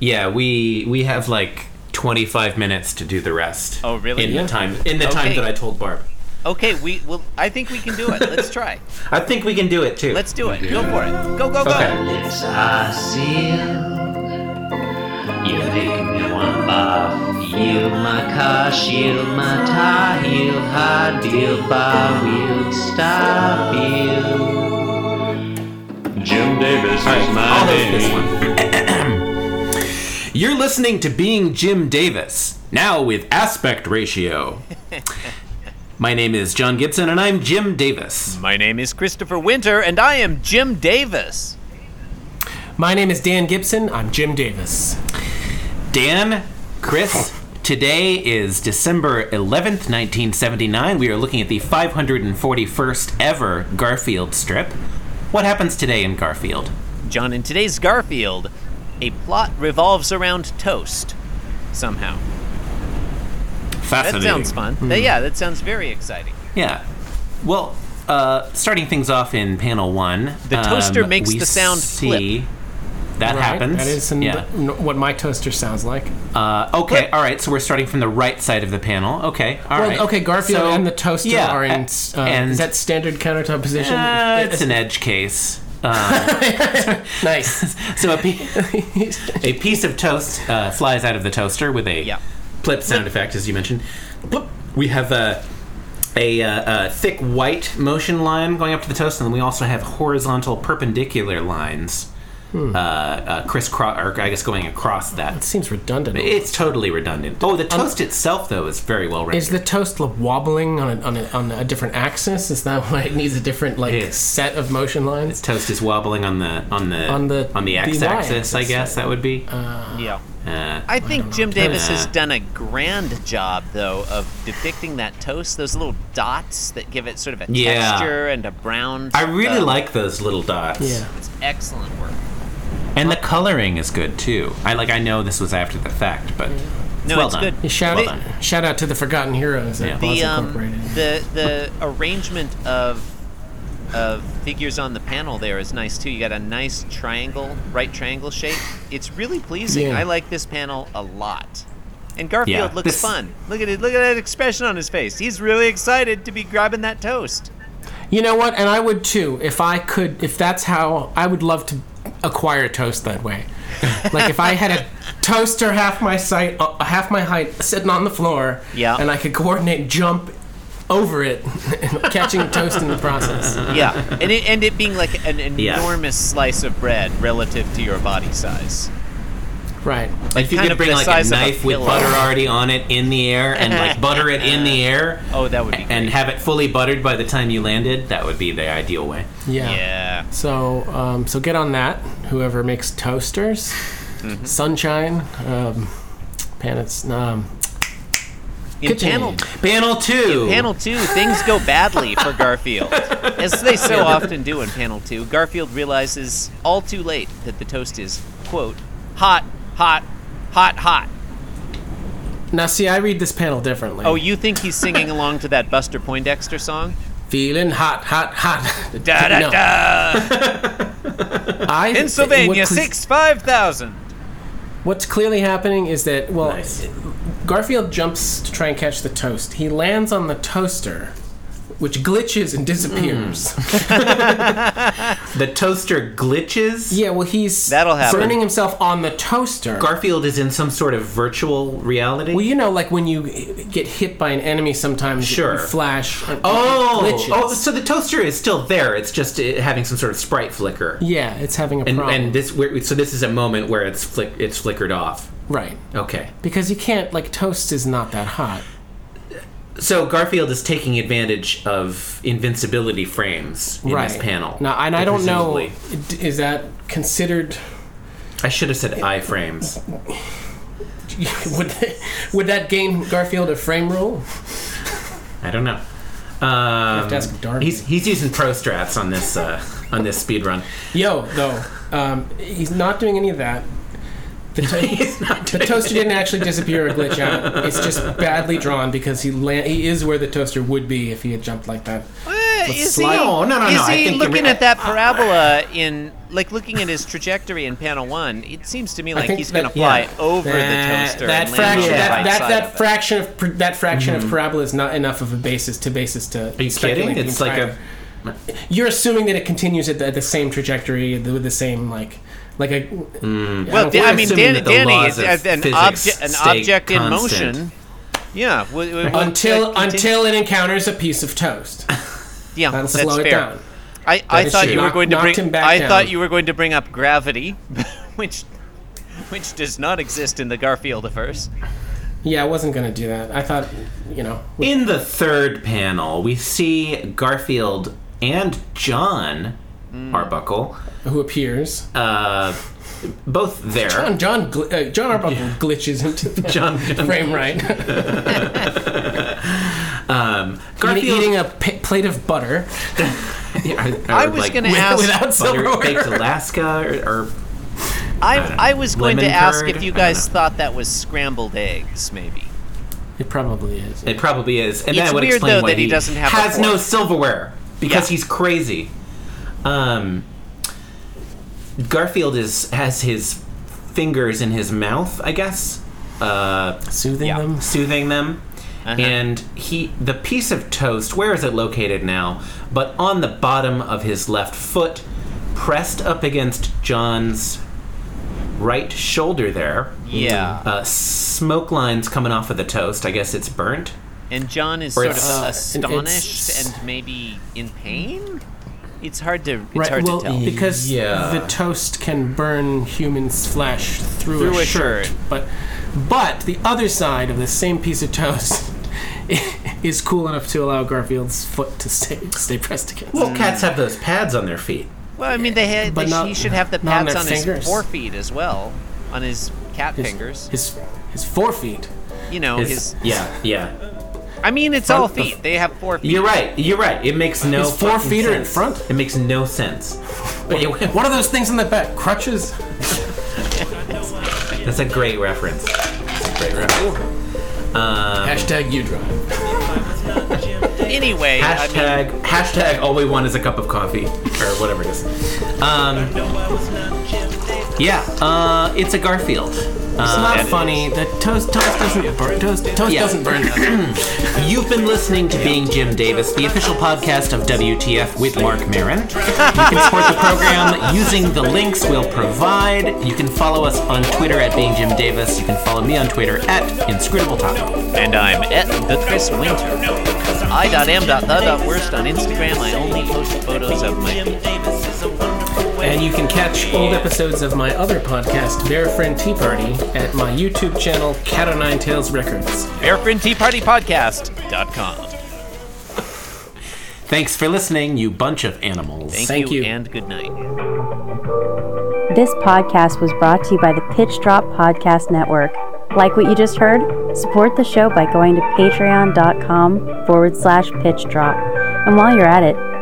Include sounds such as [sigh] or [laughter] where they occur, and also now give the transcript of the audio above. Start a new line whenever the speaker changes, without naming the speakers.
Yeah, we we have like 25 minutes to do the rest.
Oh, really?
In
Yeah.
the time in the time
Okay.
that I told Barb.
Okay, we well, I think we can do it. Let's try.
I think we can do it too.
Let's do it. Go for it. Go go go.
Okay.
Yes, I sealed. You make me want buff. Yield my car, shield my tie, heel, hard deal, bar wheel, stop you. Jim Davis is my
I'll host this
name.
one. You're listening to Being Jim Davis, now with aspect
[laughs]
ratio. My name is John Gibson and I'm Jim Davis.
My name is Christopher Winter, and I am Jim Davis.
My name is Dan Gibson. I'm Jim Davis.
Dan, Chris, today is December 11th, 1979. We are looking at the 541st ever Garfield strip. What happens today in Garfield?
John, in today's Garfield, a plot revolves around toast. Somehow. That
Fascinating.
sounds fun.
Hmm.
Th- Yeah, that sounds very exciting.
Yeah. Well, uh, starting things off in panel one. um,
The toaster makes
we
the sound
see That
Right?
happens.
That is in
yeah.
the- n- what my toaster sounds like.
uh, okay. All right. So we're starting from the right side of the panel. Okay. All right.
Well, okay, Garfield
So-
and the toaster
yeah,
are in.
a-
s- Uh,
and
is that standard countertop position?
uh, it's an edge case. Uh,
nice. [laughs]
so a, pe- a piece of toast uh, flies out of the toaster with a
Yeah.
plip sound effect, as you mentioned. Plip. We have a a, uh, a thick white motion line going up to the toast, and then we also have horizontal perpendicular lines,
Hmm.
uh, uh, crisscross, or I guess going across that.
Seems redundant.
It's totally redundant. Oh, the toast itself, though, is very well rendered.
Um, Is the toast like, wobbling on a, on, a, on a different axis? Is that why it needs a different like
Yes.
set of motion lines?
toast is wobbling on the on the
On the-
on the
the
x-axis. I
y-axis,
guess that would be.
Yeah.
uh,
I think Jim Davis has
Uh.
done a grand job, though, of depicting that toast, those little dots that give it sort of a
Yeah.
texture and a brown.
I really
uh,
like those little dots.
Yeah.
It's excellent work.
And the coloring is good too. I like. I know this was after the fact, but
No,
well
it's
done.
good.
Shout
Well
out,
done.
shout out to the Forgotten Heroes
Yeah.
at Boz
The um,
Incorporated.
the the arrangement of of figures on the panel there is nice too. You got a nice triangle, right triangle shape. It's really pleasing.
Yeah.
I like this panel a lot. And Garfield
Yeah,
looks
this-
fun. Look at it. Look at that expression on his face. He's really excited to be grabbing that toast.
You know what? And I would too if I could. If that's how I would love to acquire toast
[laughs]
that way. like if I had a toaster half my sight, uh, half my height, sitting on the floor,
Yeah.
and I could coordinate jump over it, [laughs] and catching toast in the process.
Yeah, and it, and it being like an
Yeah.
enormous slice of bread relative to your body size.
Right.
Like if you
kind
could
of
bring
the
like a
size of a
knife with
pillow.
butter already on it in the air and
[laughs]
like butter it in the air
Oh, that would be
and
great.
have it fully buttered by the time you landed, that would be the ideal way.
Yeah.
yeah.
So, um, so get on that. Whoever makes toasters,
Mm-hmm.
sunshine, um, panace, um,
In
Kitchen.
panel
Panel two.
Panel two, things go badly for Garfield. As they so often do in panel two, Garfield realizes all too late that the toast is, quote, hot, hot, hot, hot.
Now, see, I read this panel differently.
Oh, you think he's singing along to that Buster Poindexter song?
feeling hot, hot, hot.
[laughs] Da da
No.
da!
I,
Pennsylvania,
what cle-
six five thousand.
What's clearly happening is that well,
Nice.
Garfield jumps to try and catch the toast. He lands on the toaster, which glitches and disappears.
Mm.
The toaster glitches.
[laughs] Yeah, well, he's
That'll happen.
burning himself on the toaster.
Garfield is in some sort of virtual reality.
well, you know, like when you get hit by an enemy, sometimes
Sure.
you flash. and- it
oh,
glitches.
oh, so the toaster is still there. It's just uh having some sort of sprite flicker.
yeah, it's having a
And,
problem.
and this we're, so this is a moment where it's flick it's flickered off.
right,
Okay.
because you can't like toast is not that hot.
So Garfield is taking advantage of invincibility frames in
right.
this panel.
Now, and I don't know,
Presumably.
d- is that considered? [laughs]
I should have said I frames.
would would that gain Garfield a frame rule?
I don't know. Um,
to ask Darby.
he's he's using pro strats on this uh, on this speed run.
Yo, though, um, he's not doing any of that. The,
[laughs]
to- the toaster didn't actually disappear or
[laughs]
glitch out. It's just badly drawn because he la- he is where the toaster would be if he had jumped like that.
Eh,
with
is
slime.
he?
No, no, no,
is
no, I
he
think you
looking
re-
at that parabola in like looking at his trajectory in panel one? It seems to me like
think
he's going to
that-
fly
yeah.
over
That-
the toaster.
that
and land on
fraction,
the
that,
right
that,
side
that
of it.
fraction of per- that fraction of parabola is not enough of a basis to basis to.
Hmm. Are you kidding? It's like a
You're assuming that it continues at the, at the same trajectory the- with the same like, like a.
Hmm.
Well, Dan-
don't think-
I
we're
mean,
assuming
Danny,
that the
Danny
laws
is
of
as an
physics
object, an
stay
object in
constant.
motion. Yeah. w- w- w-
until
that continu-
until it encounters a piece
[laughs]
of toast.
yeah,
That'll
that's
slow
fair.
it down.
I, I
is
thought
true.
you were
Knock-
going to
knocked him
bring.
back
I
down.
thought you were going to bring up gravity, [laughs] which, which does not exist in the Garfieldiverse.
Yeah, I wasn't gonna do that. I thought, you know, we-
In the third panel, we see Garfield and John Arbuckle,
who appears?
uh, both there.
John John gl- uh, John Arbuckle glitches into the
[laughs] John,
[laughs] frame
[laughs]
right.
um, Garfield
eating a p- plate
[laughs]
of butter.
I,
I was gonna ask-
[laughs] Without silverware.
baked Alaska or, or
I, I was going to
Lemon
ask
curd?
if you
I don't
guys
know.
thought that was scrambled eggs, maybe.
It probably is.
it probably is. And
It's
that would
weird,
explain
though,
why
that he doesn't have a
has no
fork.
silverware because
Yeah.
he's crazy. Um, Garfield is has his fingers in his mouth, I guess. Uh,
Soothing
Yeah.
them.
soothing them.
Uh-huh.
And he, the piece of toast, where is it located now? But on the bottom of his left foot, pressed up against John's right shoulder there.
Yeah.
Uh, smoke lines coming off of the toast. I guess it's burnt.
And John is sort of
it's- uh,
astonished
it's-
and maybe in pain. It's hard to it's
Right.
hard
well,
to tell.
because
Yeah.
the toast can burn humans' flesh through,
Through a shirt.
But, but the other side of the same piece of toast [laughs] is cool enough to allow Garfield's foot to stay stay pressed against.
Well, cats have those pads on their feet.
Well, I mean, they had,
But
they-
not-
he should have the
not on
pads
their
on, his
fingers.
forefeet as well, on his cat fingers.
His his forefeet.
you know, his,
His- yeah, yeah.
I mean, it's all
front- the-
feet. They have four feet.
You're right. You're right. It makes no.
His four
fucking
feet are in
sense.
front?
It makes no sense. But it-
What are those things in the back? Crutches.
that's a great reference. That's a great reference.
Um,
Hashtag you drive.
Anyway, I mean,
Hashtag hashtag all we want is a cup of coffee or whatever it is. Um, yeah, uh, it's a Garfield.
It's
Uh,
not
and it
funny. The toast toast doesn't burn. Toast toast
Yeah.
doesn't burn.
[clears throat] you've been listening to Being Jim Davis, the official podcast of WTF with Mark Marin. You can support the program using the links we'll provide. You can follow us on Twitter at Being Jim Davis. You can follow me on Twitter at Inscrutable Taco.
and I'm at the Chris Winter. I.am.the.worst on Instagram. I only post photos of my feet.
And you can catch old episodes of my other podcast, Bear Friend Tea Party, at my YouTube channel, Cat O' Nine Tails Records.
Bearfriend Tea Party Podcast.com.
Thanks for listening, you bunch of animals.
Thank,
Thank
you,
you.
and good night.
This podcast was brought to you by the Pitch Drop Podcast Network. Like what you just heard? Support the show by going to patreon.com forward slash pitch drop. And while you're at it,